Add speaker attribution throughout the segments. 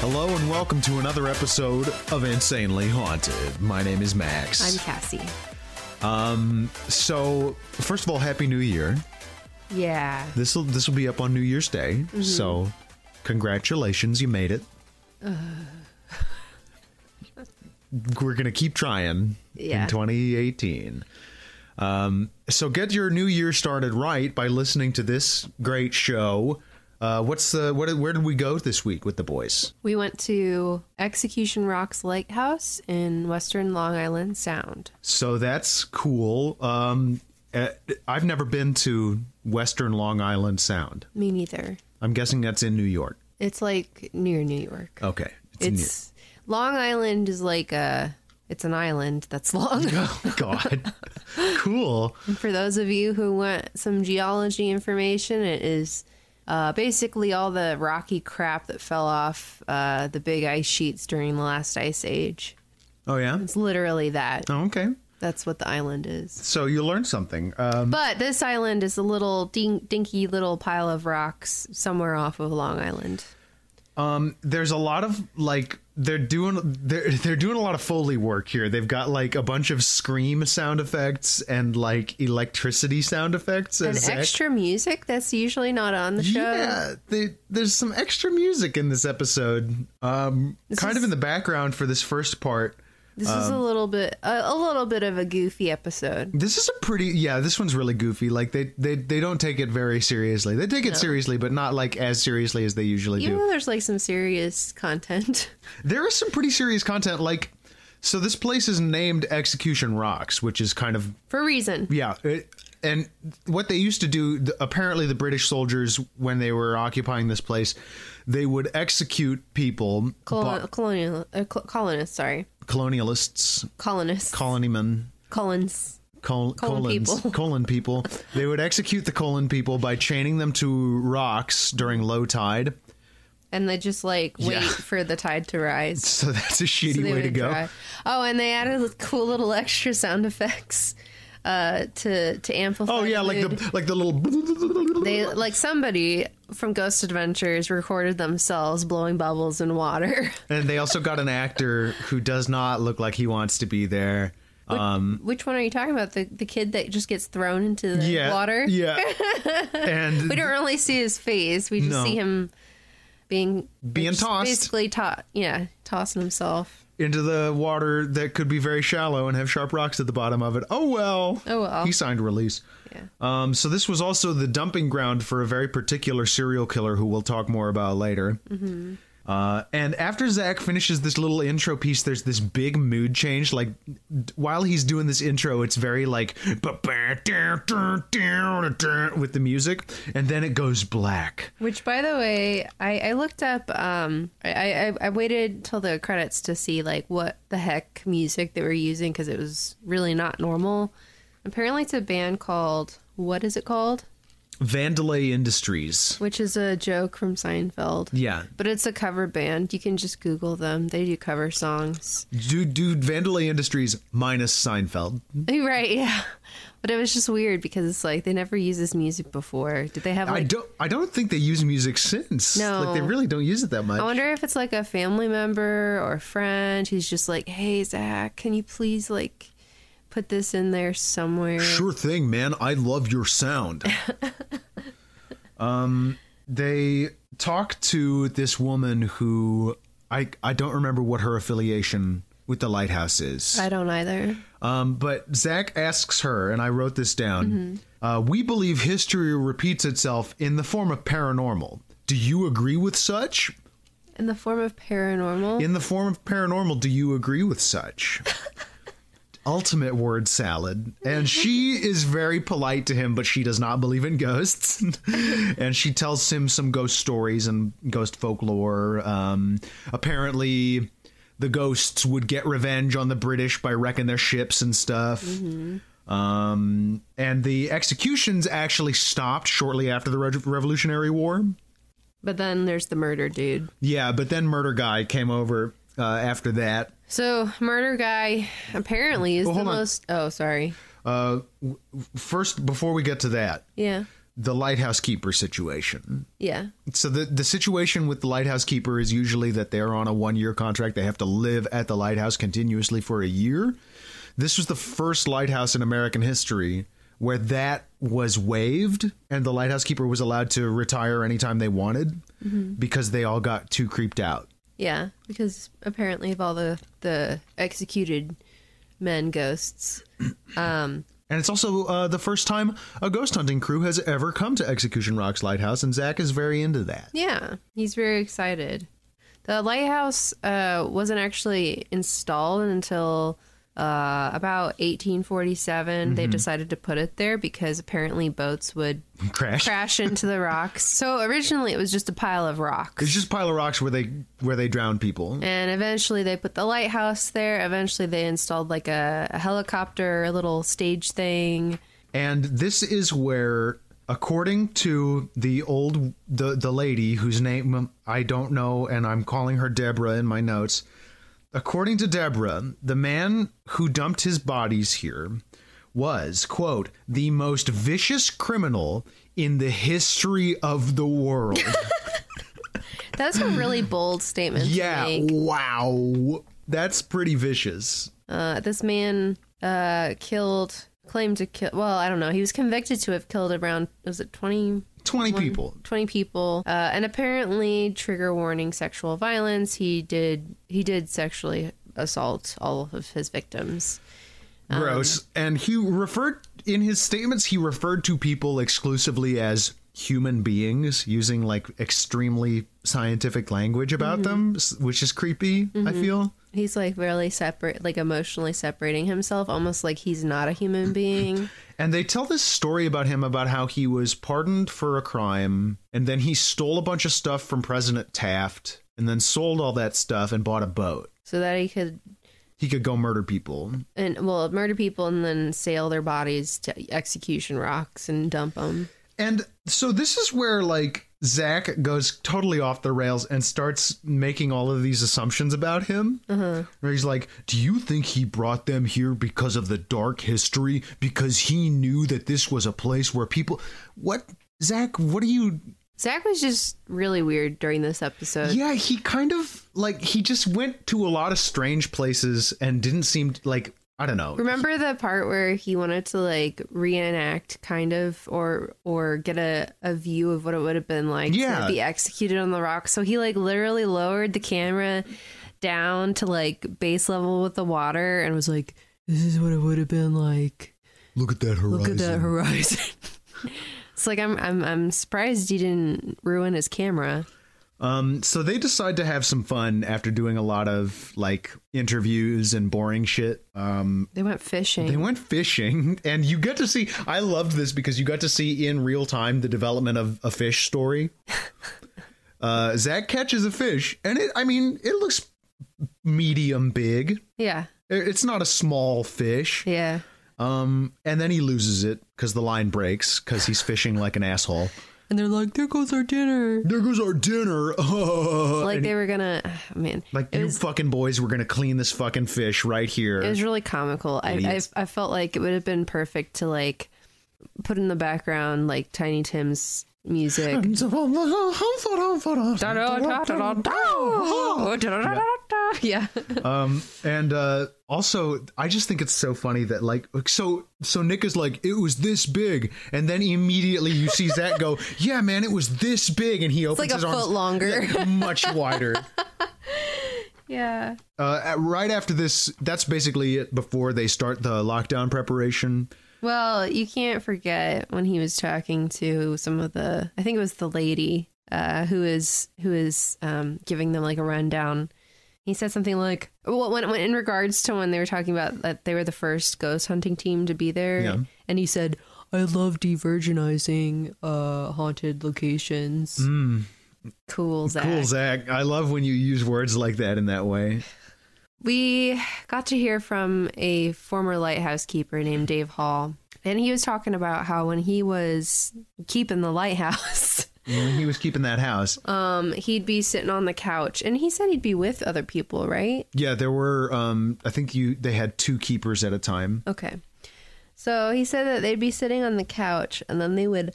Speaker 1: Hello and welcome to another episode of Insanely Haunted. My name is
Speaker 2: I'm
Speaker 1: Max.
Speaker 2: Cassie.
Speaker 1: so, first of all, happy New Year.
Speaker 2: Yeah.
Speaker 1: This will this will be up on New Year's Day. So, congratulations, you made it. We're going to keep trying
Speaker 2: Yeah.
Speaker 1: in 2018. Um, so get your new year started right by listening to this great show. Uh, what's the what, where did we go this week with the boys?
Speaker 2: We went to Execution Rocks Lighthouse in Western Long Island Sound.
Speaker 1: So that's cool. Um, eh, I've never been to Western Long Island Sound.
Speaker 2: Me neither.
Speaker 1: I'm guessing that's in New York.
Speaker 2: It's like near New York.
Speaker 1: Okay, in New-
Speaker 2: it's Long Island is like a it's an island that's long.
Speaker 1: oh God, cool.
Speaker 2: And For those of you who want some geology information, it is uh, basically all the rocky crap that fell off uh, the big ice sheets during the last ice age.
Speaker 1: Oh yeah.
Speaker 2: It's literally that.
Speaker 1: Oh, okay.
Speaker 2: That's what the island is.
Speaker 1: So you learned something. Um,
Speaker 2: But this island is a little dink, dinky little pile of rocks somewhere off of Long Island.
Speaker 1: there's a lot of like they're doing they're they're doing a lot of foley work here. They've got like a bunch of scream sound effects and like electricity sound effects
Speaker 2: And
Speaker 1: as ex-
Speaker 2: extra music that's usually not on the show.
Speaker 1: Yeah, they, there's some extra music in this episode. Um, kind of in the background for this first part.
Speaker 2: This is
Speaker 1: um,
Speaker 2: a little bit a, a little bit of a goofy episode.
Speaker 1: This is a pretty yeah. This one's really goofy. Like they they, they don't take it very seriously. They take it seriously, but not like as seriously as they usually
Speaker 2: Even
Speaker 1: do.
Speaker 2: though there's like some serious content.
Speaker 1: There is some pretty serious content. Like so, this place is named Execution Rocks, which is kind of
Speaker 2: For a reason.
Speaker 1: Yeah, it, and what they used to do, th- apparently, the British soldiers when they were occupying this place, they would execute people,
Speaker 2: Colon,
Speaker 1: bo-
Speaker 2: colonial uh, col- colonists, sorry.
Speaker 1: colonialists,
Speaker 2: Colonists.
Speaker 1: colony men,
Speaker 2: Colons.
Speaker 1: col-
Speaker 2: Colon
Speaker 1: colons,
Speaker 2: people.
Speaker 1: colon people. They would execute the colon people by chaining them to rocks during low tide.
Speaker 2: And they just like wait
Speaker 1: Yeah.
Speaker 2: for the tide to rise.
Speaker 1: So that's a shitty
Speaker 2: So they
Speaker 1: way to
Speaker 2: would
Speaker 1: go.
Speaker 2: dry. Oh, and they added cool little extra sound effects uh, to to amplify.
Speaker 1: Oh yeah,
Speaker 2: the
Speaker 1: like
Speaker 2: mood.
Speaker 1: the like the little.
Speaker 2: they like somebody from Ghost Adventures recorded themselves blowing bubbles in water,
Speaker 1: and they also got an actor who does not look like he wants to be there.
Speaker 2: Which one are you talking about? The the kid that just gets thrown into the
Speaker 1: Yeah,
Speaker 2: water.
Speaker 1: Yeah, and
Speaker 2: We don't really see his face. We just
Speaker 1: No.
Speaker 2: see him being
Speaker 1: Being
Speaker 2: just
Speaker 1: tossed.
Speaker 2: basically tossed. Yeah, tossing himself.
Speaker 1: into the water that could be very shallow and have sharp rocks at the bottom of it. Oh well.
Speaker 2: Oh, well.
Speaker 1: He signed release.
Speaker 2: Yeah.
Speaker 1: Um, so this was also the dumping ground for a very particular serial killer who we'll talk more about later. Mm-hmm. Uh, and after Zach finishes this little intro piece, there's this big mood change. Like d- while he's doing this intro, it's very like with the music, and then it goes black.
Speaker 2: Which, by the way, I, I looked up. Um, I, I I waited till the credits to see like what the heck music they were using because it was really not normal. Apparently, it's a band called what is it called?
Speaker 1: Vandalay Industries.
Speaker 2: Which is a joke from Seinfeld.
Speaker 1: Yeah,
Speaker 2: But it's a cover band. You can just Google them. They do cover songs.
Speaker 1: do do Vandalay Industries minus Seinfeld.
Speaker 2: right? Yeah. But it was just weird because it's like they never used this music before. Did they have
Speaker 1: I
Speaker 2: like?
Speaker 1: don't. I don't think they use music since.
Speaker 2: No.
Speaker 1: like they really don't use it that much.
Speaker 2: I wonder if it's like a family member or a friend who's just like, "Hey, Zach, can you please like put this in there somewhere?"
Speaker 1: sure thing, man. I love your sound. um, they talk to this woman who I I don't remember what her affiliation with the lighthouse is.
Speaker 2: I don't either.
Speaker 1: Um, but Zach asks her, and I wrote this down.
Speaker 2: Mm-hmm.
Speaker 1: Uh, we believe history repeats itself in the form of paranormal. Do you agree with such?
Speaker 2: In the form of paranormal.
Speaker 1: In the form of paranormal, do you agree with such? ultimate word salad. And she is very polite to him, but she does not believe in ghosts. and she tells him some ghost stories and ghost folklore. Um, apparently, the ghosts would get revenge on the British by wrecking their ships and stuff. Um, and the executions actually stopped shortly after the Re- Revolutionary War.
Speaker 2: But then there's the murder dude.
Speaker 1: Yeah, but then Murder Guy came over uh, after that.
Speaker 2: So murder guy apparently is
Speaker 1: Well,
Speaker 2: the
Speaker 1: hold on.
Speaker 2: most. Oh, sorry.
Speaker 1: Uh, w- first, before we get to that,
Speaker 2: Yeah,
Speaker 1: the lighthouse keeper situation.
Speaker 2: yeah.
Speaker 1: So the the situation with the lighthouse keeper is usually that they're on a one year contract. They have to live at the lighthouse continuously for a year. This was the first lighthouse in American history where that was waived and the lighthouse keeper was allowed to retire anytime they wanted because they all got too creeped out.
Speaker 2: Yeah, because apparently of all the the executed men ghosts.
Speaker 1: And it's also uh, the first time a ghost hunting crew has ever come to Execution Rock's lighthouse, and Zach is very into that.
Speaker 2: Yeah, he's very excited. The lighthouse uh, wasn't actually installed until uh, about 1847. They decided to put it there because apparently boats would
Speaker 1: Crash.
Speaker 2: crash into the rocks. So originally it was just a pile of rocks.
Speaker 1: It's just a pile of rocks where they where they drown people.
Speaker 2: And eventually they put the lighthouse there. Eventually they installed like a, a helicopter, a little stage thing.
Speaker 1: And this is where, according to the old the the lady whose name I don't know, and I'm calling her Deborah in my notes. According to Deborah, the man who dumped his bodies here was, quote, the most vicious criminal in the history of the world.
Speaker 2: That's a really bold statement. to
Speaker 1: Yeah,
Speaker 2: make.
Speaker 1: wow. That's pretty vicious.
Speaker 2: Uh, this man uh, killed, claimed to kill. Well, I don't know. He was convicted to have killed around was it 20,
Speaker 1: 20 people.
Speaker 2: 20 people, uh, and apparently trigger warning sexual violence. He did he did sexually assault all of his victims.
Speaker 1: Gross. and he referred, in his statements, he referred to people exclusively as human beings using like extremely scientific language about them, s them, which is creepy, I feel.
Speaker 2: He's like really separate, like emotionally separating himself, almost like he's not a human being.
Speaker 1: And they tell this story about him about how he was pardoned for a crime and then he stole a bunch of stuff from President Taft and then sold all that stuff and bought a boat.
Speaker 2: so that he could
Speaker 1: He could go murder people.
Speaker 2: and well murder people and then sail their bodies to execution rocks and dump them
Speaker 1: And so this is where like Zach goes totally off the rails and starts making all of these assumptions about him.
Speaker 2: Mm-hmm.
Speaker 1: Where he's like, "Do you think he brought them here because of the dark history? Because he knew that this was a place where people what Zach? What are you?
Speaker 2: zach was just really weird during this episode
Speaker 1: Yeah, he kind of like he just went to a lot of strange places and didn't seem t- like I don't know.
Speaker 2: remember the part where he wanted to like reenact kind of or or get a, a view of what it would have been like
Speaker 1: Yeah.
Speaker 2: to be executed on the rock so he like literally lowered the camera down to like base level with the water and was like this is what it would have been like
Speaker 1: Look at that horizon.
Speaker 2: Look at that horizon. it's like I'm I'm I'm surprised you didn't ruin his camera.
Speaker 1: Um, so they decide to have some fun after doing a lot of like interviews and boring shit. Um,
Speaker 2: They went fishing.
Speaker 1: they went fishing, and you get to see. I loved this because you got to see in real time the development of a fish story. uh, Zach catches a fish, and it. I mean, it looks medium big.
Speaker 2: yeah.
Speaker 1: It- It's not a small fish.
Speaker 2: Yeah.
Speaker 1: Um, and then he loses it because the line breaks because he's fishing like an asshole.
Speaker 2: And they're like, there goes our dinner.
Speaker 1: There goes our dinner.
Speaker 2: Like they were gonna ah, man.
Speaker 1: Like
Speaker 2: it
Speaker 1: you
Speaker 2: was
Speaker 1: fucking boys, we're gonna clean this fucking fish right here.
Speaker 2: it was really comical. I,
Speaker 1: Idiots.
Speaker 2: I I felt like it would have been perfect to like put in the background like Tiny Tim's music. yeah.
Speaker 1: um, and uh, also, I just think it's so funny that like, so so Nick is like, it was this big, and then immediately you see Zach go, yeah, man, it was this big, and he opens
Speaker 2: like a
Speaker 1: his arms
Speaker 2: foot longer.
Speaker 1: much wider.
Speaker 2: Yeah.
Speaker 1: uh, at- right after this, that's basically it. Before they start the lockdown preparation,
Speaker 2: Well, you can't forget when he was talking to some of the I think it was the lady uh who is who is um giving them like a rundown. He said something like, "Well, when, when in regards to when they were talking about that they were the first ghost hunting team to be there,
Speaker 1: Yeah.
Speaker 2: and he said." I love de-virginizing uh, haunted locations. Cool, Zach.
Speaker 1: Cool, Zach. I love when you use words like that in that way.
Speaker 2: We got to hear from a former lighthouse keeper named Dave Hall, and he was talking about how when he was keeping the lighthouse,
Speaker 1: When he was keeping that house,
Speaker 2: um, he'd be sitting on the couch, and he said he'd be with other people, right?
Speaker 1: yeah, there were. Um, I think you they had two keepers at a time.
Speaker 2: Okay. So he said that they'd be sitting on the couch, and then they would,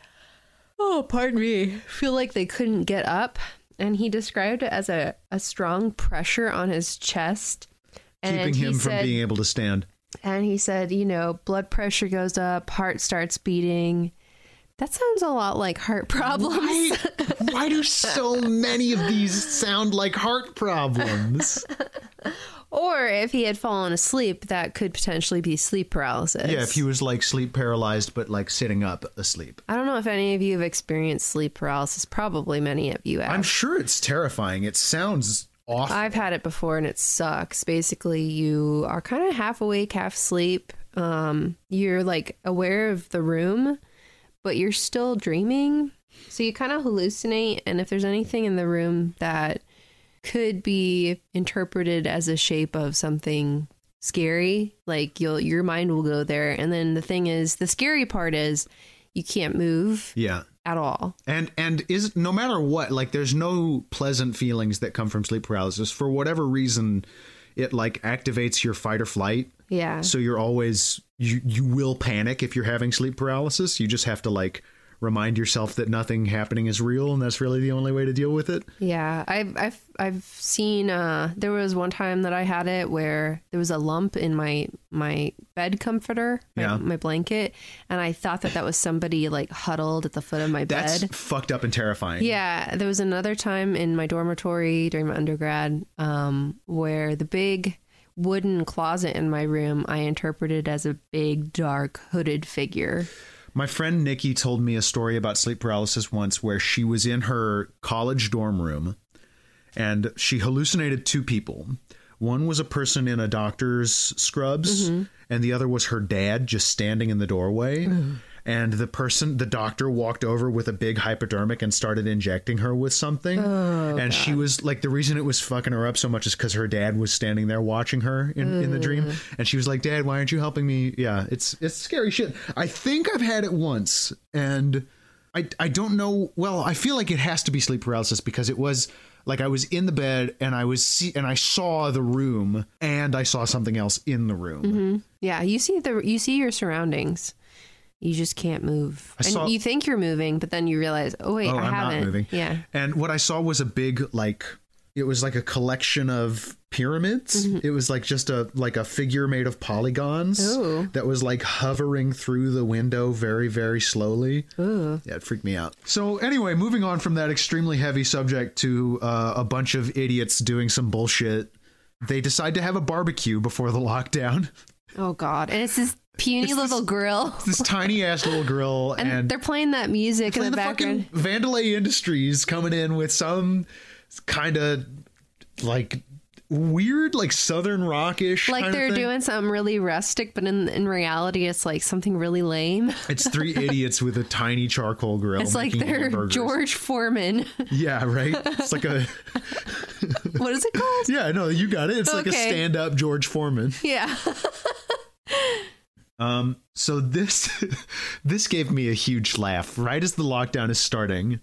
Speaker 2: oh, pardon me, feel like they couldn't get up, and he described it as a a strong pressure on his chest, and
Speaker 1: keeping
Speaker 2: he
Speaker 1: him from
Speaker 2: said-
Speaker 1: being able to stand.
Speaker 2: And he said, you know, blood pressure goes up, heart starts beating. That sounds a lot like heart problems.
Speaker 1: Why, why do so many of these sound like heart problems?
Speaker 2: or if he had fallen asleep, that could potentially be sleep paralysis.
Speaker 1: Yeah, if he was like sleep paralyzed, but like sitting up asleep.
Speaker 2: I don't know if any of you have experienced sleep paralysis. Probably many of you have.
Speaker 1: I'm sure it's terrifying. It sounds awful.
Speaker 2: I've had it before and it sucks. Basically, you are kind of half awake, half asleep. Um, you're like aware of the room, but you're still dreaming. So you kind of hallucinate. And if there's anything in the room that could be interpreted as a shape of something scary, like you'll your mind will go there. And then the thing is, the scary part is you can't move
Speaker 1: yeah.
Speaker 2: at all.
Speaker 1: And and is no matter what, like there's no pleasant feelings that come from sleep paralysis. For whatever reason, it like activates your fight or flight.
Speaker 2: Yeah.
Speaker 1: So you're always you you will panic if you're having sleep paralysis. You just have to like remind yourself that nothing happening is real and that's really the only way to deal with it.
Speaker 2: Yeah, I've I've I've seen. Uh, there was one time that I had it where there was a lump in my my bed comforter, my,
Speaker 1: Yeah.
Speaker 2: my blanket, and I thought that that was somebody like huddled at the foot of my
Speaker 1: That's
Speaker 2: bed.
Speaker 1: fucked up and terrifying.
Speaker 2: Yeah, there was another time in my dormitory during my undergrad um, where the big wooden closet in my room I interpreted as a big dark hooded figure.
Speaker 1: My friend Nikki told me a story about sleep paralysis once where she was in her college dorm room and she hallucinated two people. One was a person in a doctor's scrubs, and the other was her dad just standing in the doorway. And the person, the doctor walked over with a big hypodermic and started injecting her with something. and she was like, the reason it was fucking her up so much is because her dad was standing there watching her in, in the dream. And she was like, Dad, why aren't you helping me? Yeah, it's it's scary shit. I think I've had it once, and I, I don't know. Well, I feel like it has to be sleep paralysis because it was like I was in the bed and I was see- and I saw the room and I saw something else in the room.
Speaker 2: Yeah, you see the you see your surroundings. You just can't move.
Speaker 1: I
Speaker 2: and
Speaker 1: saw-
Speaker 2: you think you're moving, but then you realize, oh wait,
Speaker 1: Oh,
Speaker 2: I
Speaker 1: I'm
Speaker 2: haven't.
Speaker 1: not moving.
Speaker 2: Yeah.
Speaker 1: And what I saw was a big like it was like a collection of pyramids.
Speaker 2: Mm-hmm.
Speaker 1: It was like just a like a figure made of polygons
Speaker 2: Ooh.
Speaker 1: that was like hovering through the window very very slowly.
Speaker 2: Ooh.
Speaker 1: Yeah, it freaked me out. So anyway, moving on from that extremely heavy subject to uh, a bunch of idiots doing some bullshit. They decide to have a barbecue before the lockdown.
Speaker 2: Oh god. And it's this puny
Speaker 1: It's this-
Speaker 2: little grill.
Speaker 1: this tiny ass little grill
Speaker 2: And,
Speaker 1: and
Speaker 2: they're playing that music in
Speaker 1: Playing
Speaker 2: the, background.
Speaker 1: fucking Vandalay Industries coming in with some kind of like weird, like southern rockish.
Speaker 2: like
Speaker 1: kinda
Speaker 2: they're
Speaker 1: thing.
Speaker 2: doing something really rustic, but in in reality it's like something really lame.
Speaker 1: It's three idiots with a tiny charcoal grill.
Speaker 2: It's like
Speaker 1: making
Speaker 2: they're
Speaker 1: hamburgers.
Speaker 2: George Foreman.
Speaker 1: Yeah, right. It's like a
Speaker 2: what is it called?
Speaker 1: yeah. No, you got it. It's like a
Speaker 2: Okay.
Speaker 1: stand-up George Foreman.
Speaker 2: Yeah.
Speaker 1: Um, so this this gave me a huge laugh. Right as the lockdown is starting,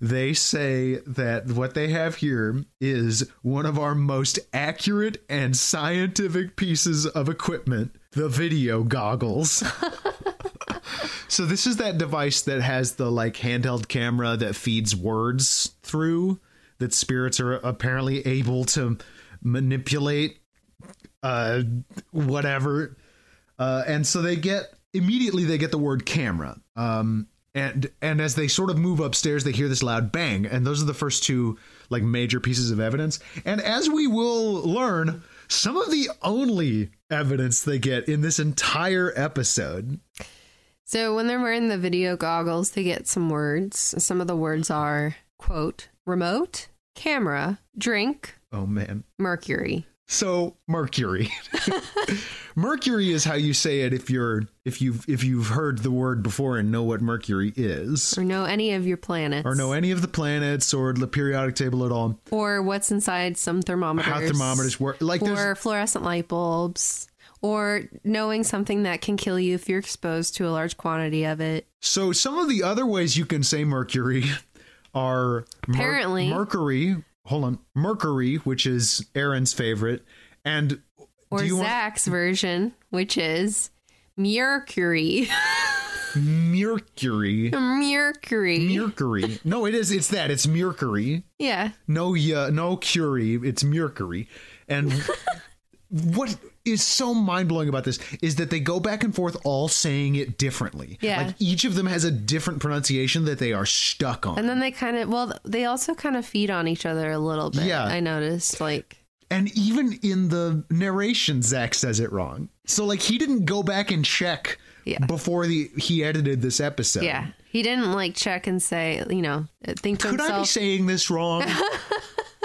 Speaker 1: they say that what they have here is one of our most accurate and scientific pieces of equipment, the video goggles. so this is that device that has the like handheld camera that feeds words through that spirits are apparently able to manipulate uh whatever uh, and so they get immediately they get the word camera. Um, and and as they sort of move upstairs, they hear this loud bang, and those are the first two like major pieces of evidence. And as we will learn, some of the only evidence they get in this entire episode.
Speaker 2: So when they're wearing the video goggles, they get some words. Some of the words are quote, remote, camera, drink,
Speaker 1: Oh man.
Speaker 2: Mercury.
Speaker 1: So Mercury. mercury is how you say it if you're if you've if you've heard the word before and know what Mercury is.
Speaker 2: Or know any of your planets.
Speaker 1: Or know any of the planets or the periodic table at all.
Speaker 2: Or what's inside some thermometers.
Speaker 1: How thermometers work. Like
Speaker 2: or
Speaker 1: there's
Speaker 2: fluorescent light bulbs. Or knowing something that can kill you if you're exposed to a large quantity of it.
Speaker 1: so some of the other ways you can say Mercury are Mer-
Speaker 2: Apparently.
Speaker 1: Mercury. Hold on. Mercury, which is Aaron's favorite, and
Speaker 2: Or
Speaker 1: do you want
Speaker 2: Zach's version, which is Mercury.
Speaker 1: Mercury?
Speaker 2: Mercury.
Speaker 1: Mercury. No, it is. It's that. It's Mercury.
Speaker 2: yeah.
Speaker 1: No, yeah, no Curie. It's Mercury. And what is so mind blowing about this is that they go back and forth, all saying it differently.
Speaker 2: Yeah.
Speaker 1: Like each of them has a different pronunciation that they are stuck on.
Speaker 2: And then they kind of, well, they also kind of feed on each other a little bit.
Speaker 1: Yeah.
Speaker 2: I noticed. Like,
Speaker 1: And even in the narration, Zach says it wrong. So like he didn't go back and check
Speaker 2: Yeah.
Speaker 1: before the he edited this episode.
Speaker 2: yeah. He didn't like check and say, you know, think to
Speaker 1: Could I be
Speaker 2: himself.
Speaker 1: saying this wrong?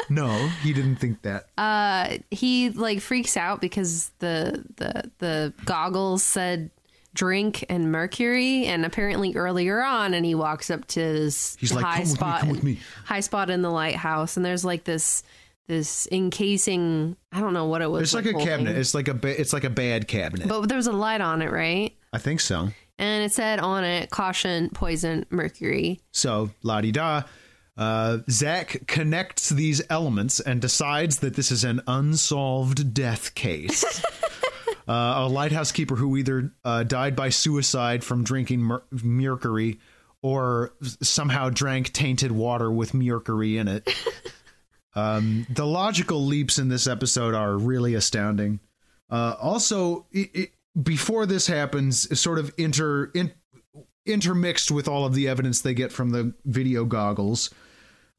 Speaker 1: no, he didn't think that.
Speaker 2: uh, he like freaks out because the the the goggles said drink and mercury and apparently earlier on and he walks up to this
Speaker 1: He's like,
Speaker 2: high
Speaker 1: "Come with me,
Speaker 2: spot
Speaker 1: come with me."
Speaker 2: high spot in the lighthouse and there's like this this encasing i don't know what it was
Speaker 1: it's like a
Speaker 2: holding.
Speaker 1: cabinet. It's like a ba- it's like a bad cabinet.
Speaker 2: but there was a light on it right
Speaker 1: I think so.
Speaker 2: and it said on it caution poison mercury
Speaker 1: So, la di da. Uh, Zach connects these elements and decides that this is an unsolved death case. uh, a lighthouse keeper who either uh, died by suicide from drinking mer- mercury or somehow drank tainted water with mercury in it. um, the logical leaps in this episode are really astounding. Uh, also, i i before this happens, sort of inter in, intermixed with all of the evidence they get from the video goggles.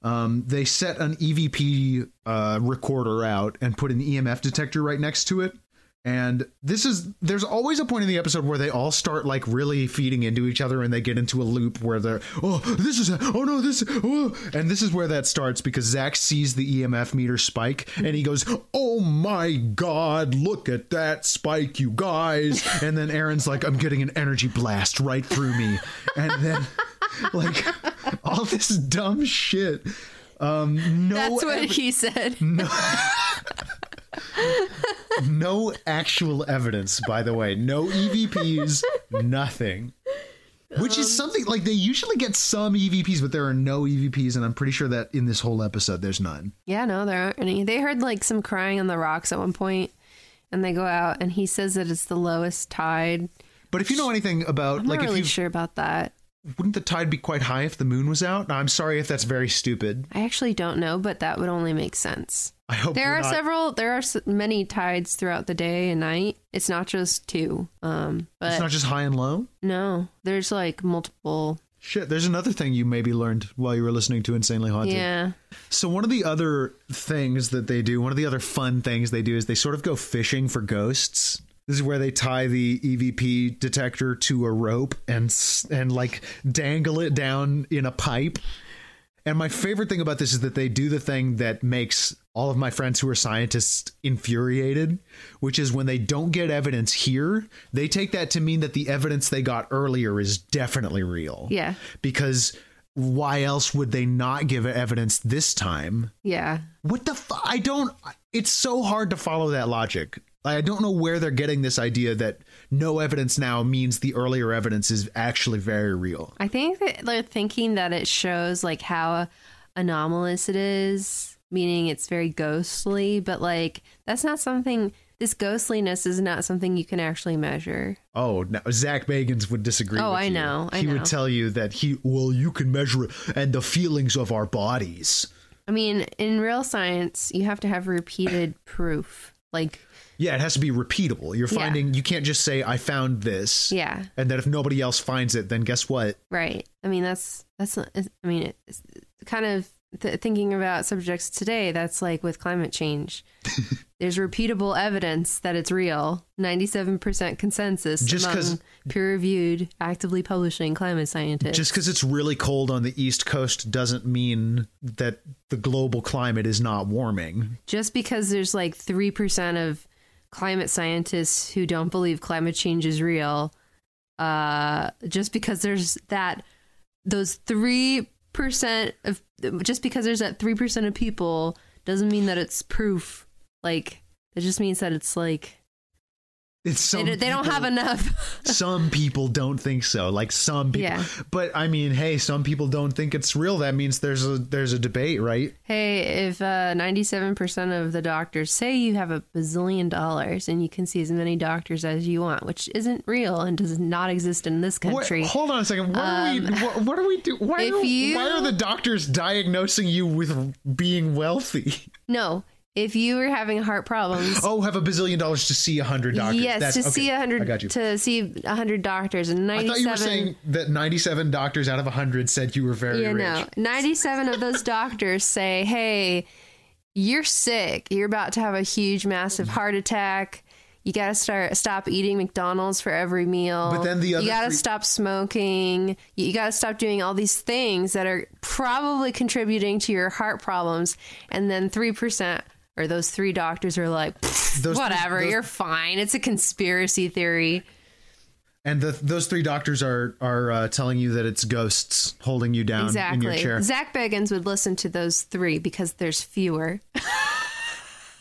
Speaker 1: Um, they set an EVP uh, recorder out and put an EMF detector right next to it. And this is there's always a point in the episode where they all start like really feeding into each other and they get into a loop where they're oh this is oh no this oh. and this is where that starts because Zach sees the EMF meter spike and he goes oh my god look at that spike you guys and then Aaron's like I'm getting an energy blast right through me and then like all this dumb shit um no
Speaker 2: that's what
Speaker 1: ev-
Speaker 2: he said
Speaker 1: no actual evidence, by the way. No EVPs, nothing. Which
Speaker 2: Um,
Speaker 1: is something like they usually get some EVPs, but there are no EVPs, and I'm pretty sure that in this whole episode there's none.
Speaker 2: Yeah, no, there aren't any. They heard like some crying on the rocks at one point, and they go out, and he says that it's the lowest tide.
Speaker 1: But if you know anything about
Speaker 2: I'm
Speaker 1: like
Speaker 2: not
Speaker 1: if
Speaker 2: really
Speaker 1: you
Speaker 2: sure about that.
Speaker 1: wouldn't the tide be quite high if the moon was out? I'm sorry if that's very stupid.
Speaker 2: I actually don't know, but that would only make sense.
Speaker 1: I hope
Speaker 2: There
Speaker 1: we're
Speaker 2: are
Speaker 1: not-
Speaker 2: several. There are s- many tides throughout the day and night. It's not just two. Um, but
Speaker 1: It's not just high and low.
Speaker 2: no, there's like multiple.
Speaker 1: Shit, there's another thing you maybe learned while you were listening to Insanely Haunted.
Speaker 2: Yeah,
Speaker 1: So one of the other things that they do, one of the other fun things they do is they sort of go fishing for ghosts. This is where they tie the EVP detector to a rope and s- and like dangle it down in a pipe. And my favorite thing about this is that they do the thing that makes all of my friends who are scientists infuriated, which is when they don't get evidence here, they take that to mean that the evidence they got earlier is definitely real.
Speaker 2: yeah,
Speaker 1: Because why else would they not give evidence this time?
Speaker 2: yeah.
Speaker 1: What the fu- I don't it's so hard to follow that logic. I don't know where they're getting this idea that no evidence now means the earlier evidence is actually very real.
Speaker 2: I think that they're thinking that it shows like how anomalous it is, meaning it's very ghostly, but like that's not something this ghostliness is not something you can actually measure.
Speaker 1: Oh, no, Zach Bagans would disagree.
Speaker 2: Oh,
Speaker 1: with
Speaker 2: I
Speaker 1: you.
Speaker 2: know, I
Speaker 1: he
Speaker 2: know.
Speaker 1: would tell you that he, well, you can measure it and the feelings of our bodies.
Speaker 2: I mean, in real science, you have to have repeated proof. Like,
Speaker 1: Yeah, it has to be repeatable. You're
Speaker 2: Yeah.
Speaker 1: finding, you can't just say, I found this.
Speaker 2: yeah,
Speaker 1: And that if nobody else finds it, then guess what?
Speaker 2: right. I mean, that's that's I mean, it's kind of th- thinking about subjects today, that's like with climate change. There's repeatable evidence that it's real. 97% consensus
Speaker 1: Just 'cause-
Speaker 2: among peer-reviewed, actively publishing climate scientists.
Speaker 1: Just because it's really cold on the East Coast doesn't mean that the global climate is not warming.
Speaker 2: just because there's like 3% of climate scientists who don't believe climate change is real uh just because there's that those 3% of just because there's that 3% of people doesn't mean that it's proof like it just means that it's like
Speaker 1: It's
Speaker 2: they,
Speaker 1: some
Speaker 2: don't- they don't
Speaker 1: people-
Speaker 2: have enough
Speaker 1: some people don't think so like some people
Speaker 2: Yeah.
Speaker 1: but i mean hey some people don't think it's real that means there's a there's a debate right
Speaker 2: hey if uh 97% of the doctors say you have a bazillion dollars and you can see as many doctors as you want which isn't real and does not exist in this
Speaker 1: What-
Speaker 2: country
Speaker 1: hold on a second what are we what, what are we do why,
Speaker 2: Um, if
Speaker 1: do-
Speaker 2: you-
Speaker 1: why are the doctors diagnosing you with being wealthy
Speaker 2: No, if you were having heart problems,
Speaker 1: oh have a bazillion dollars to see a hundred doctors
Speaker 2: yes,
Speaker 1: That's-
Speaker 2: to
Speaker 1: okay,
Speaker 2: see a
Speaker 1: i got you
Speaker 2: hundred to see a hundred doctors and
Speaker 1: i
Speaker 2: ninety-seven.
Speaker 1: thought you were saying that 97 doctors out of 100 said you were very
Speaker 2: you
Speaker 1: rich
Speaker 2: know, ninety-seven of those doctors say, "Hey, you're sick. You're about to have a huge, massive heart attack." You gotta start stop eating McDonald's for every meal.
Speaker 1: But then the other
Speaker 2: you gotta
Speaker 1: three-
Speaker 2: stop smoking. You, you gotta stop doing all these things that are probably contributing to your heart problems. And then three percent or those three doctors are like, "Pfft,
Speaker 1: Those three-
Speaker 2: whatever,
Speaker 1: those-
Speaker 2: you're fine. It's a conspiracy theory.
Speaker 1: and the, those three doctors are are uh, telling you that it's ghosts holding you down in your
Speaker 2: Exactly.
Speaker 1: chair
Speaker 2: Zach Bagans would listen to those three because there's fewer.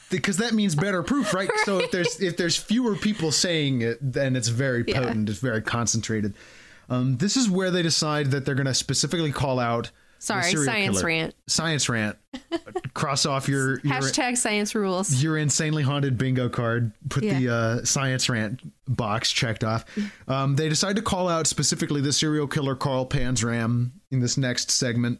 Speaker 1: because that means better proof right? so if there's if there's fewer people saying it then it's very potent it's very concentrated um, this is where they decide that they're going to specifically call out the
Speaker 2: Sorry,
Speaker 1: serial
Speaker 2: science
Speaker 1: killer.
Speaker 2: rant.
Speaker 1: science rant cross off your your,
Speaker 2: Hashtag science rules.
Speaker 1: your insanely haunted bingo card put the
Speaker 2: Yeah.
Speaker 1: uh, science rant box checked off um, they decide to call out specifically the serial killer carl panzram in this next segment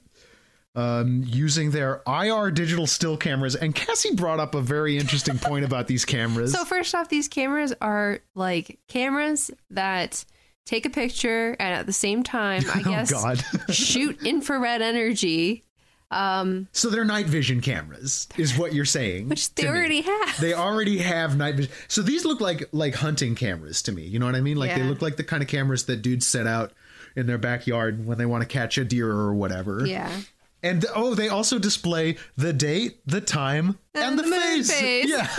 Speaker 1: um, using their IR digital still cameras, and Cassie brought up a very interesting point about these cameras.
Speaker 2: So first off, these cameras are like cameras that take a picture and at the same time, I guess,
Speaker 1: Oh, God.
Speaker 2: shoot infrared energy,
Speaker 1: So they're night vision cameras, is what you're saying.
Speaker 2: which they
Speaker 1: to me.
Speaker 2: already have.
Speaker 1: They already have night vision. So these look like like hunting cameras to me. You know what I mean? Like they
Speaker 2: Yeah.
Speaker 1: look like the kind of cameras that dudes set out in their backyard when they want to catch a deer or whatever.
Speaker 2: yeah.
Speaker 1: And oh, they also display the date, the time, and,
Speaker 2: And
Speaker 1: the,
Speaker 2: the moon
Speaker 1: face.
Speaker 2: phase.
Speaker 1: Yeah.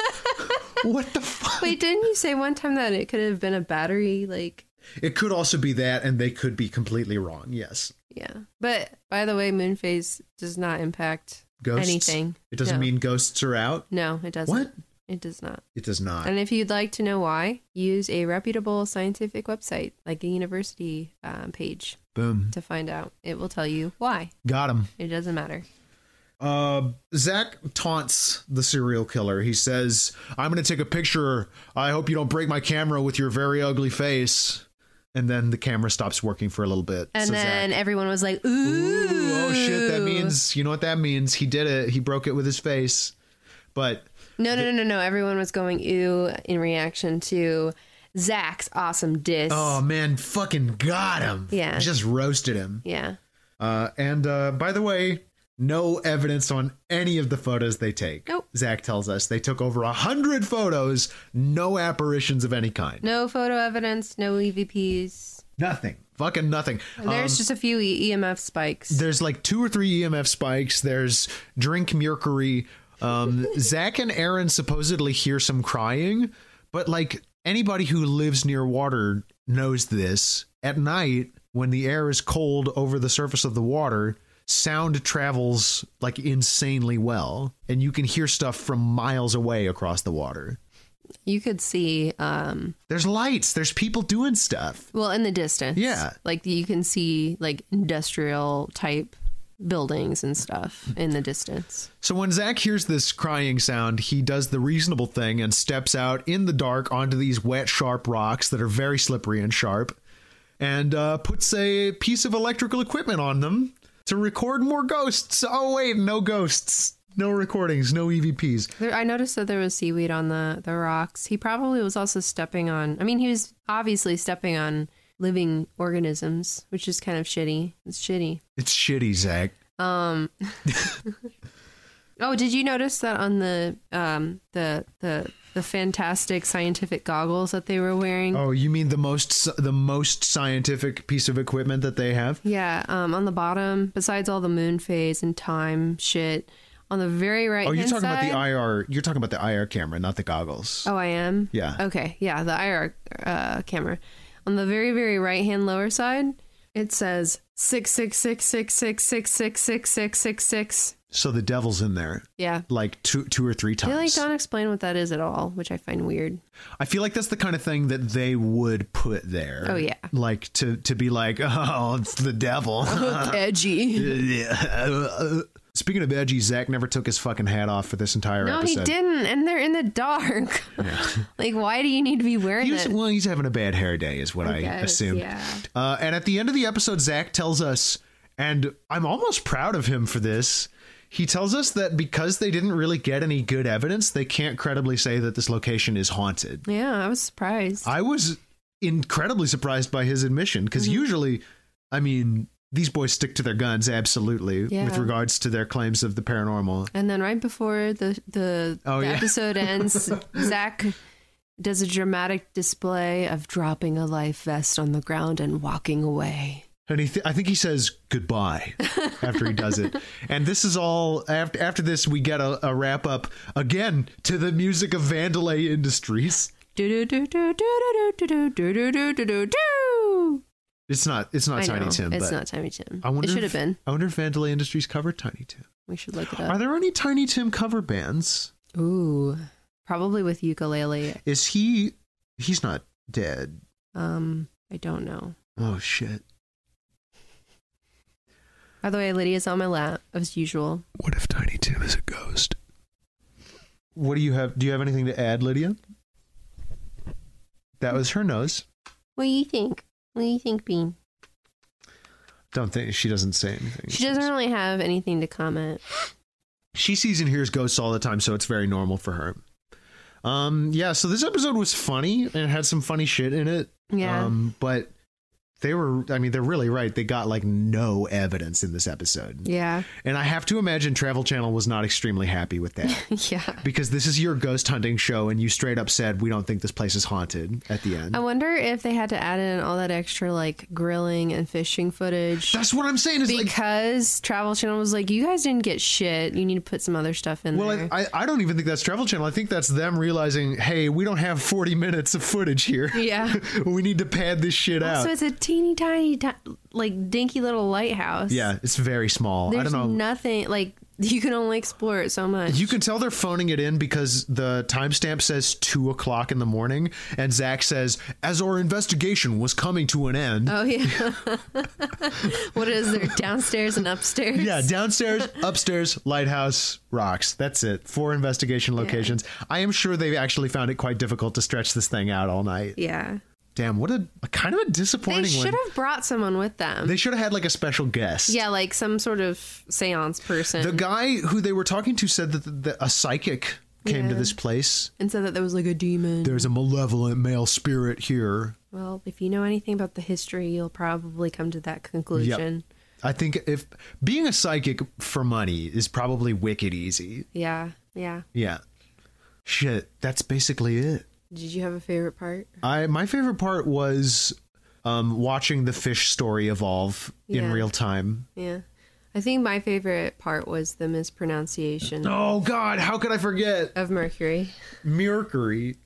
Speaker 1: what the fuck?
Speaker 2: Wait, didn't you say one time that it could have been a battery? Like,
Speaker 1: It could also be that, and they could be completely wrong. Yes.
Speaker 2: yeah. But by the way, moon phase does not impact
Speaker 1: Ghosts.
Speaker 2: anything.
Speaker 1: It doesn't
Speaker 2: No.
Speaker 1: mean ghosts are out.
Speaker 2: No, it doesn't.
Speaker 1: What?
Speaker 2: It does not.
Speaker 1: It does not.
Speaker 2: And if you'd like to know why, use a reputable scientific website like a university um, page
Speaker 1: Boom.
Speaker 2: to find out. It will tell you why.
Speaker 1: Got him.
Speaker 2: It doesn't matter.
Speaker 1: Uh, Zach taunts the serial killer. He says, I'm going to take a picture. I hope you don't break my camera with your very ugly face. And then the camera stops working for a little bit.
Speaker 2: And
Speaker 1: So
Speaker 2: then
Speaker 1: Zach-
Speaker 2: everyone was like,
Speaker 1: Ooh,
Speaker 2: ooh.
Speaker 1: oh shit, that means, you know what that means? He did it. He broke it with his face. But
Speaker 2: No, no, no, no, no. Everyone was going, ooh, in reaction to Zach's awesome diss.
Speaker 1: oh man, fucking got him.
Speaker 2: Yeah.
Speaker 1: Just roasted him.
Speaker 2: Yeah.
Speaker 1: Uh, and uh, by the way, no evidence on any of the photos they take.
Speaker 2: Nope.
Speaker 1: Zach tells us they took over a hundred photos, no apparitions of any kind.
Speaker 2: No photo evidence, no EVPs.
Speaker 1: Nothing. Fucking nothing. Um,
Speaker 2: There's just a few e- EMF spikes.
Speaker 1: there's like two or three EMF spikes. There's drink mercury. Um, Zach and Aaron supposedly hear some crying, but like anybody who lives near water knows this. At night, when the air is cold over the surface of the water, sound travels like insanely well, and you can hear stuff from miles away across the water.
Speaker 2: You could see, um,
Speaker 1: There's lights. There's people doing stuff.
Speaker 2: well, in the distance.
Speaker 1: Yeah.
Speaker 2: Like you can see, like, industrial type buildings and stuff in the distance.
Speaker 1: So when Zach hears this crying sound, he does the reasonable thing and steps out in the dark onto these wet, sharp rocks that are very slippery and sharp, and uh, puts a piece of electrical equipment on them to record more ghosts. Oh wait, no ghosts, no recordings, no E EVPs.
Speaker 2: There, I noticed that there was seaweed on the the rocks. He probably was also stepping on. I mean, he was obviously stepping on living organisms, which is kind of shitty. It's shitty.
Speaker 1: It's shitty, Zach.
Speaker 2: Um, oh, did you notice that on the um, the the the fantastic scientific goggles that they were wearing?
Speaker 1: Oh, you mean the most s- the most scientific piece of equipment that they have?
Speaker 2: Yeah, um, on the bottom, besides all the moon phase and time shit, on the very right.
Speaker 1: Oh, you're talking
Speaker 2: side,
Speaker 1: about the IR. You're talking about the IR camera, not the goggles.
Speaker 2: Oh, I am.
Speaker 1: Yeah.
Speaker 2: Okay. Yeah, the IR uh, camera on the very very right hand lower side. It says six six six six six six six six six six six.
Speaker 1: So the devil's in there,
Speaker 2: Yeah.
Speaker 1: like two two or three
Speaker 2: They like
Speaker 1: times.
Speaker 2: don't explain what that is at all, which I find weird.
Speaker 1: I feel like that's the kind of thing that they would put there.
Speaker 2: Oh, yeah.
Speaker 1: like to to be like, oh, it's the devil.
Speaker 2: edgy.
Speaker 1: Speaking of edgy, Zach never took his fucking hat off for this entire
Speaker 2: No, he
Speaker 1: episode.
Speaker 2: didn't, and they're in the dark. like, why do you need to be wearing
Speaker 1: He was-
Speaker 2: it?
Speaker 1: well, he's having a bad hair day, is what I,
Speaker 2: guess,
Speaker 1: assumed.
Speaker 2: yeah.
Speaker 1: Uh, and at the end of the episode, Zach tells us, and I'm almost proud of him for this. He tells us that because they didn't really get any good evidence, they can't credibly say that this location is haunted.
Speaker 2: Yeah, I was surprised.
Speaker 1: I was incredibly surprised by his admission because
Speaker 2: Mm-hmm.
Speaker 1: usually, I mean, these boys stick to their guns absolutely with
Speaker 2: Yeah.
Speaker 1: regards to their claims of the paranormal.
Speaker 2: And then right before the the,
Speaker 1: Oh,
Speaker 2: the
Speaker 1: yeah.
Speaker 2: episode ends, Zach does a dramatic display of dropping a life vest on the ground and walking away.
Speaker 1: And he th- I think he says goodbye after he does it. And this is all after after this we get a, a wrap up again to the music of Vandalay Industries.
Speaker 2: Do do do do do do do do do do do do do.
Speaker 1: It's not it's not
Speaker 2: I
Speaker 1: Tiny
Speaker 2: know
Speaker 1: Tim,
Speaker 2: it's
Speaker 1: but
Speaker 2: not Tiny Tim.
Speaker 1: I wonder
Speaker 2: It should
Speaker 1: if-
Speaker 2: have been.
Speaker 1: I wonder if Vandalay Industries covered Tiny Tim.
Speaker 2: We should look it
Speaker 1: Are
Speaker 2: up.
Speaker 1: there any Tiny Tim cover bands?
Speaker 2: Ooh, probably with ukulele.
Speaker 1: Is he he's not dead.
Speaker 2: Um, I don't know.
Speaker 1: Oh shit.
Speaker 2: By the way, Lydia's on my lap as usual.
Speaker 1: What if Tiny Tim is a ghost? What do you have do you have anything to add, Lydia? That was her nose.
Speaker 2: What do you think? What do you think, Bean?
Speaker 1: Don't think she doesn't say anything.
Speaker 2: She doesn't really have anything to comment.
Speaker 1: she sees and hears ghosts all the time, so it's very normal for her. Um, yeah, so this episode was funny and it had some funny shit in it.
Speaker 2: Yeah.
Speaker 1: Um, but they were I mean, they're really right. They got like no evidence in this episode.
Speaker 2: yeah.
Speaker 1: And I have to imagine Travel Channel was not extremely happy with that.
Speaker 2: yeah.
Speaker 1: because this is your ghost hunting show and you straight up said we don't think this place is haunted at the end.
Speaker 2: I wonder if they had to add in all that extra like grilling and fishing footage
Speaker 1: That's what I'm saying is like
Speaker 2: because Travel Channel was like, "You guys didn't get shit. You need to put some other stuff in
Speaker 1: well,
Speaker 2: there."
Speaker 1: I, I, I don't even think that's Travel Channel. I think that's them realizing, hey, we don't have 40 minutes of footage here.
Speaker 2: yeah.
Speaker 1: we need to pad this shit out.
Speaker 2: So it's a teeny tiny, ti- like dinky little lighthouse.
Speaker 1: Yeah, it's very small. I
Speaker 2: There's
Speaker 1: don't know.
Speaker 2: nothing like you can only explore it so much.
Speaker 1: you can tell they're phoning it in because the timestamp says two o'clock in the morning, and Zach says, "As our investigation was coming to an end."
Speaker 2: oh yeah. what is there downstairs and upstairs?
Speaker 1: yeah, downstairs, upstairs, lighthouse, rocks. That's it. Four investigation locations. I am sure they actually found it quite difficult to stretch this thing out all night.
Speaker 2: Yeah.
Speaker 1: Damn, what a, a kind of a disappointing
Speaker 2: They should
Speaker 1: one.
Speaker 2: have brought someone with them.
Speaker 1: They should have had like a special guest.
Speaker 2: yeah, like some sort of seance person.
Speaker 1: The guy who they were talking to said that the, the, a psychic came to
Speaker 2: Yeah.
Speaker 1: this place.
Speaker 2: and said that there was like a demon.
Speaker 1: There's a malevolent male spirit here.
Speaker 2: Well, if you know anything about the history, you'll probably come to that conclusion.
Speaker 1: I think if being a psychic for money is probably wicked easy.
Speaker 2: Yeah, yeah.
Speaker 1: Yeah. Shit, that's basically it.
Speaker 2: Did you have a favorite part?
Speaker 1: I my favorite part was um watching the fish story evolve in
Speaker 2: Yeah.
Speaker 1: real time.
Speaker 2: Yeah. I think my favorite part was the mispronunciation
Speaker 1: Oh god, how could I forget?
Speaker 2: of Mercury.
Speaker 1: Mercury.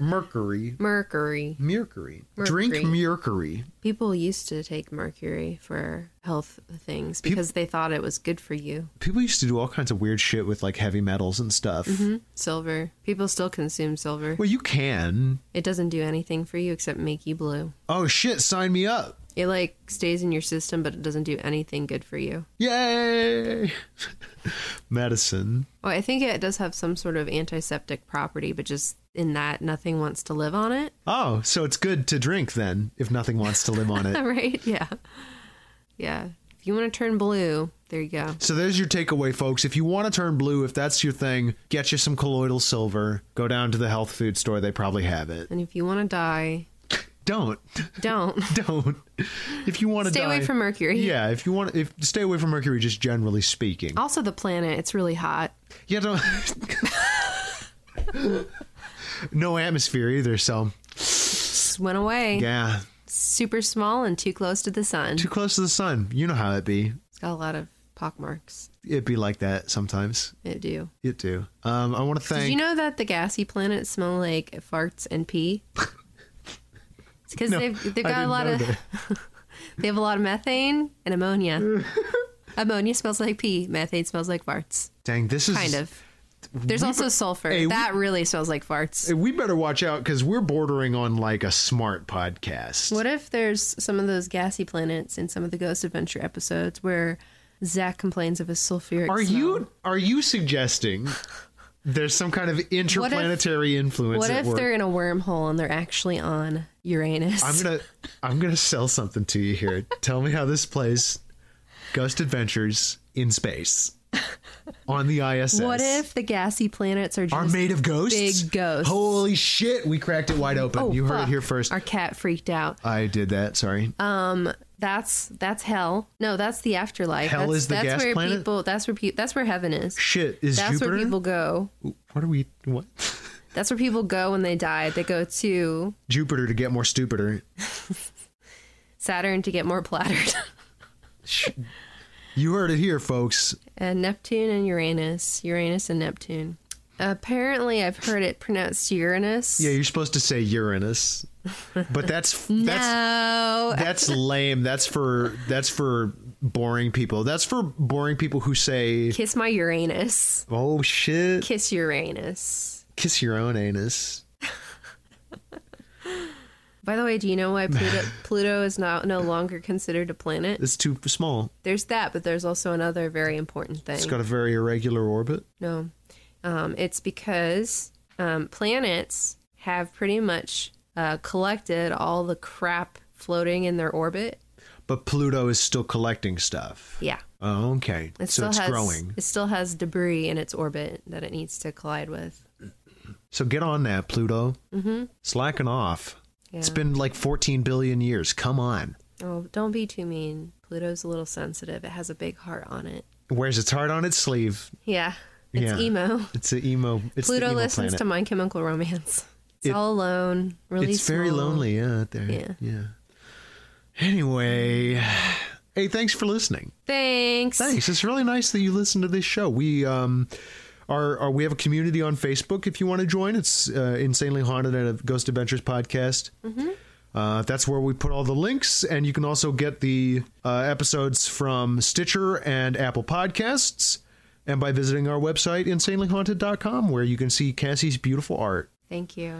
Speaker 1: Mercury.
Speaker 2: Mercury.
Speaker 1: Mercury. Drink
Speaker 2: Mercury.
Speaker 1: mercury.
Speaker 2: People used to take mercury for health things because they thought it was good for you.
Speaker 1: People used to do all kinds of weird shit with like heavy metals and stuff.
Speaker 2: Mm-hmm. Hmm? Silver. People still consume silver.
Speaker 1: Well, you can.
Speaker 2: It doesn't do anything for you except make you blue.
Speaker 1: Oh shit, sign me up.
Speaker 2: It like stays in your system, but it doesn't do anything good for you.
Speaker 1: Yay! Medicine.
Speaker 2: Oh, I think it does have some sort of antiseptic property, but just in that nothing wants to live on it,
Speaker 1: Oh, so it's good to drink then, if nothing wants to live on it.
Speaker 2: right? Yeah. Yeah. If you want to turn blue, there you go.
Speaker 1: So there's your takeaway, folks. If you want to turn blue, if that's your thing, get you some colloidal silver. Go down to the health food store; they probably have it.
Speaker 2: And if you want to die,
Speaker 1: Don't.
Speaker 2: Don't.
Speaker 1: Don't. If you want to
Speaker 2: Stay away
Speaker 1: die-
Speaker 2: from Mercury.
Speaker 1: Yeah, if you want if stay away from Mercury just generally speaking.
Speaker 2: Also, the planet. It's really hot.
Speaker 1: Yeah, don't No atmosphere either, so
Speaker 2: Just went away.
Speaker 1: yeah.
Speaker 2: Super small and too close to the sun.
Speaker 1: Too close to the sun. You know how it be.
Speaker 2: It's got a lot of pockmarks.
Speaker 1: It be like that sometimes.
Speaker 2: It do.
Speaker 1: It do. Um I want to thank
Speaker 2: Did you know that the gassy planets smell like farts and pee? It's because
Speaker 1: No,
Speaker 2: they've they've
Speaker 1: I
Speaker 2: got a
Speaker 1: didn't
Speaker 2: lot
Speaker 1: know
Speaker 2: of
Speaker 1: that.
Speaker 2: they have a lot of methane and ammonia. ammonia smells like pee. Methane smells like farts.
Speaker 1: Dang, this is
Speaker 2: Kind of. There's also sulfur.
Speaker 1: Hey, we-
Speaker 2: that really smells like farts.
Speaker 1: We better watch out cuz we're bordering on like a smart podcast.
Speaker 2: What if there's some of those gassy planets in some of the Ghost Adventure episodes where Zach complains of his sulfuric?
Speaker 1: Are
Speaker 2: smell?
Speaker 1: you are you suggesting there's some kind of interplanetary influence
Speaker 2: What
Speaker 1: at
Speaker 2: if
Speaker 1: work?
Speaker 2: they're in a wormhole and they're actually on Uranus?
Speaker 1: I'm gonna I'm gonna sell something to you here. Tell me how this plays. Ghost Adventures in space on the ISS.
Speaker 2: What if the gassy planets are just
Speaker 1: are made of ghosts?
Speaker 2: big ghosts?
Speaker 1: Holy shit! We cracked it wide open.
Speaker 2: Oh,
Speaker 1: you heard
Speaker 2: fuck.
Speaker 1: it here first.
Speaker 2: Our Um, cat freaked out.
Speaker 1: I did that. Sorry.
Speaker 2: That's that's hell. No, that's the afterlife.
Speaker 1: Hell
Speaker 2: that's,
Speaker 1: is the
Speaker 2: that's
Speaker 1: gas
Speaker 2: where
Speaker 1: planet?
Speaker 2: people. That's where pe- that's where heaven is.
Speaker 1: shit is
Speaker 2: that's
Speaker 1: Jupiter.
Speaker 2: where people go.
Speaker 1: What are we? What?
Speaker 2: That's where people go when they die. They go to
Speaker 1: Jupiter to get more stupider.
Speaker 2: Saturn to get more plattered,
Speaker 1: You heard it here, folks.
Speaker 2: and Neptune and Uranus. Uranus and Neptune. Apparently, I've heard it pronounced Uranus.
Speaker 1: Yeah, you're supposed to say Uranus, but that's that's
Speaker 2: no,
Speaker 1: That's lame. That's for that's for boring people. That's for boring people who say,
Speaker 2: kiss my Uranus.
Speaker 1: "Oh shit,
Speaker 2: Kiss Uranus.
Speaker 1: kiss your own anus."
Speaker 2: By the way, do you know why Pluto Pluto is not no longer considered a planet?
Speaker 1: It's too small.
Speaker 2: There's that, but there's also another very important thing.
Speaker 1: It's got a very irregular orbit.
Speaker 2: no, um, it's because um, planets have pretty much uh, collected all the crap floating in their orbit.
Speaker 1: But Pluto is still collecting stuff.
Speaker 2: Yeah,
Speaker 1: Oh, okay.
Speaker 2: it
Speaker 1: so
Speaker 2: still
Speaker 1: it's
Speaker 2: has
Speaker 1: growing.
Speaker 2: it still has debris in its orbit that it needs to collide with.
Speaker 1: So get on that, Pluto. Mm-hmm. Slacking off. It's
Speaker 2: Yeah.
Speaker 1: been like 14 billion years. Come on.
Speaker 2: Oh, don't be too mean. Pluto's a little sensitive. It has a big heart on it.
Speaker 1: Wears its heart on its sleeve.
Speaker 2: Yeah, it's
Speaker 1: Yeah.
Speaker 2: emo.
Speaker 1: It's an emo. It's the
Speaker 2: Pluto
Speaker 1: emo
Speaker 2: listens
Speaker 1: planet.
Speaker 2: to My Chemical Romance. It's
Speaker 1: It-
Speaker 2: all alone. Really,
Speaker 1: it's very
Speaker 2: small.
Speaker 1: lonely yeah out there yeah.
Speaker 2: Yeah.
Speaker 1: anyway hey thanks for listening
Speaker 2: Thanks.
Speaker 1: thanks it's really nice that you listen to this show we um are, are we have a community on facebook if you want to join it's uh, insanely haunted at a ghost adventures podcast
Speaker 2: Mm-hmm.
Speaker 1: uh, that's where we put all the links, and you can also get the uh, episodes from Stitcher and Apple Podcasts, and by visiting our website, insanelyhaunted.com, where you can see Cassie's beautiful art.
Speaker 2: Thank you.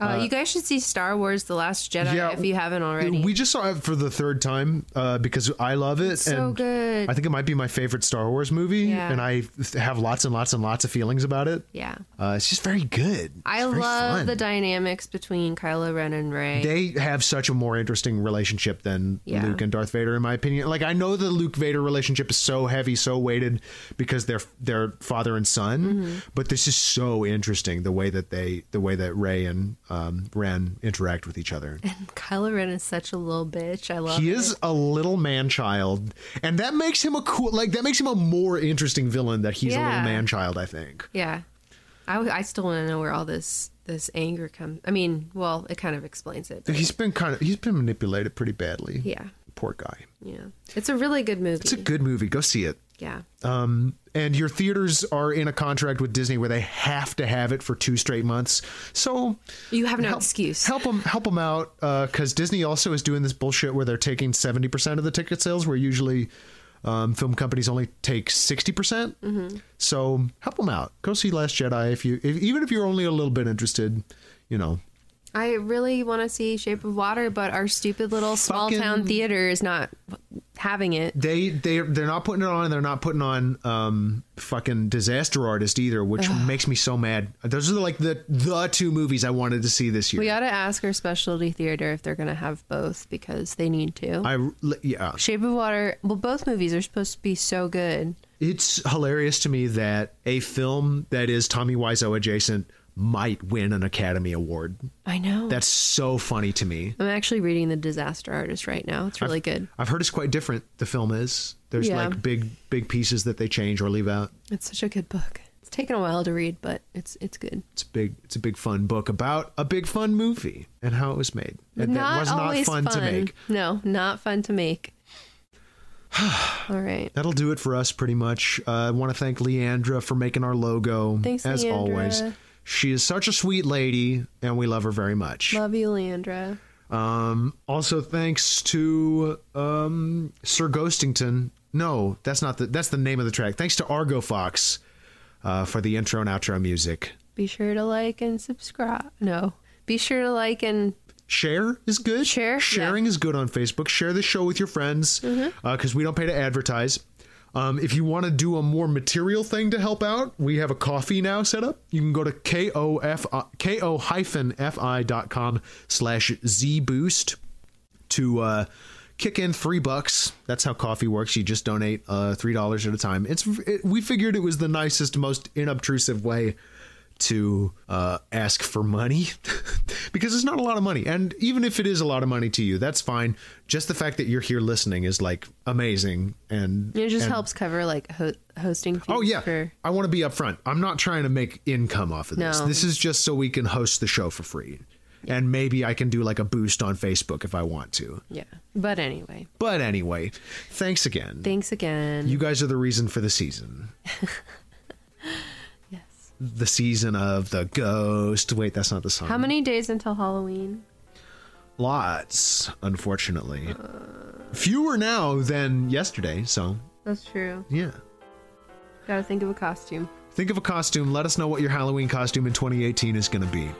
Speaker 2: Uh, you guys should see Star Wars: The Last Jedi if you haven't already.
Speaker 1: We just saw it for the third time uh, because I love it.
Speaker 2: so
Speaker 1: and
Speaker 2: good.
Speaker 1: I think it might be my favorite Star Wars movie,
Speaker 2: Yeah.
Speaker 1: and I have lots and lots and lots of feelings about it.
Speaker 2: yeah,
Speaker 1: Uh, it's just very good.
Speaker 2: I
Speaker 1: It's very
Speaker 2: love
Speaker 1: fun.
Speaker 2: the dynamics between Kylo Ren and Rey.
Speaker 1: They have such a more interesting relationship than
Speaker 2: Yeah.
Speaker 1: Luke and Darth Vader, in my opinion. Like I know the Luke Vader relationship is so heavy, so weighted because they're they're father and son,
Speaker 2: Mm-hmm.
Speaker 1: but this is so interesting the way that they the way that Ray and um, Ren interact with each other.
Speaker 2: Kylo Ren is such a little bitch. I love.
Speaker 1: He
Speaker 2: it.
Speaker 1: is a little man child, and that makes him a cool, like that makes him a more interesting villain. That he's a little
Speaker 2: Yeah.
Speaker 1: man child, I think.
Speaker 2: Yeah, I, w- I still want to know where all this this anger comes. I mean, well, it kind of explains it. but
Speaker 1: He's been kind of he's been manipulated pretty badly.
Speaker 2: yeah,
Speaker 1: poor guy.
Speaker 2: yeah, it's a really good movie.
Speaker 1: It's a good movie. Go see it.
Speaker 2: yeah,
Speaker 1: Um, and your theaters are in a contract with Disney where they have to have it for two straight months. So
Speaker 2: you have no
Speaker 1: help,
Speaker 2: excuse.
Speaker 1: Help them, help them out, because Disney also is doing this bullshit where they're taking seventy percent of the ticket sales, where usually um, film companies only take sixty percent.
Speaker 2: Mm-hmm.
Speaker 1: So help them out. Go see Last Jedi if you, if, even if you're only a little bit interested. You know,
Speaker 2: I really want to see Shape of Water, but our stupid little small town
Speaker 1: Fucking-
Speaker 2: theater is not having it.
Speaker 1: they they they're not putting it on. and They're not putting on um, fucking Disaster Artist either, which makes me so mad. Those are like the the two movies I wanted to see this year.
Speaker 2: We ought to ask our specialty theater if they're going to have both because they need to.
Speaker 1: I yeah,
Speaker 2: Shape of Water, well, both movies are supposed to be so good.
Speaker 1: it's hilarious to me that a film that is Tommy Wiseau adjacent might win an Academy Award.
Speaker 2: I know.
Speaker 1: That's so funny to me.
Speaker 2: I'm actually reading The Disaster Artist right now. It's really good.
Speaker 1: I've heard it's quite different. The film is there's
Speaker 2: Yeah.
Speaker 1: like big big pieces that they change or leave out.
Speaker 2: It's such a good book. It's taken a while to read, but it's it's good.
Speaker 1: It's a big it's a big fun book about a big fun movie and how it was made. And that was not fun, to make.
Speaker 2: No, not fun to make. All right.
Speaker 1: That'll do it for us pretty much. Uh, I want to thank Leandra for making our logo
Speaker 2: Thanks,
Speaker 1: as
Speaker 2: Leandra.
Speaker 1: always. She is such a sweet lady and we love her very much.
Speaker 2: Love you, Leandra.
Speaker 1: Um, also, thanks to um, Sir Ghostington. No, that's not the that's the name of the track. Thanks to Argo Fox uh, for the intro and outro music.
Speaker 2: Be sure to like and subscribe. No. Be sure to like and
Speaker 1: Share is good.
Speaker 2: Share, yeah. Mm-hmm.
Speaker 1: sharing is good on Facebook. Share the show with your friends because we don't pay to advertise. Um, if you want to do a more material thing to help out, we have a coffee now set up. You can go to kof ko hyphen fi dot com slash zboost to uh, kick in three bucks. That's how coffee works. You just donate uh, three dollars at a time. It's it, we figured it was the nicest, most inobtrusive way to uh, ask for money because it's not a lot of money. And even if it is a lot of money to you, that's fine. Just the fact that you're here listening is like amazing. And
Speaker 2: it just
Speaker 1: and-
Speaker 2: helps cover like ho- hosting fees.
Speaker 1: Oh yeah,
Speaker 2: For,
Speaker 1: I want to be upfront. I'm not trying to make income off of this.
Speaker 2: No.
Speaker 1: This is just so we can host the show for free. And maybe I can do like a boost on Facebook if I want to.
Speaker 2: yeah. But anyway,
Speaker 1: But anyway, thanks again.
Speaker 2: thanks again.
Speaker 1: you guys are the reason for the season.
Speaker 2: yes.
Speaker 1: The season of the ghost. Wait, that's not the song.
Speaker 2: How many days until Halloween?
Speaker 1: Lots, unfortunately. Fewer now than yesterday, so
Speaker 2: That's true.
Speaker 1: yeah.
Speaker 2: Gotta think of a costume,
Speaker 1: Think of a costume. Let us know what your Halloween costume in 2018 is going to be.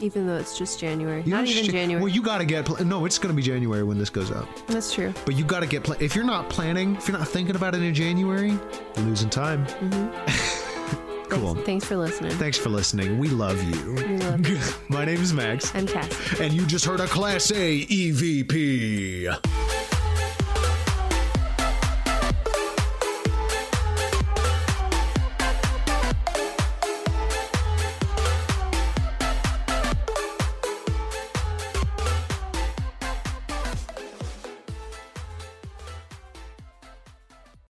Speaker 2: even though it's just January.
Speaker 1: You
Speaker 2: Not
Speaker 1: know,
Speaker 2: even
Speaker 1: sh-
Speaker 2: January.
Speaker 1: Well, you got to get. Pl- no, it's going to be January when this goes out.
Speaker 2: That's true.
Speaker 1: But you got to get. Pl- if you're not planning, if you're not thinking about it in January, you're losing time.
Speaker 2: Mm-hmm.
Speaker 1: cool.
Speaker 2: Thanks for listening.
Speaker 1: Thanks for listening. We love you.
Speaker 2: love
Speaker 1: My name is Max.
Speaker 2: I'm Cassie.
Speaker 1: E and you just heard a Class A EVP.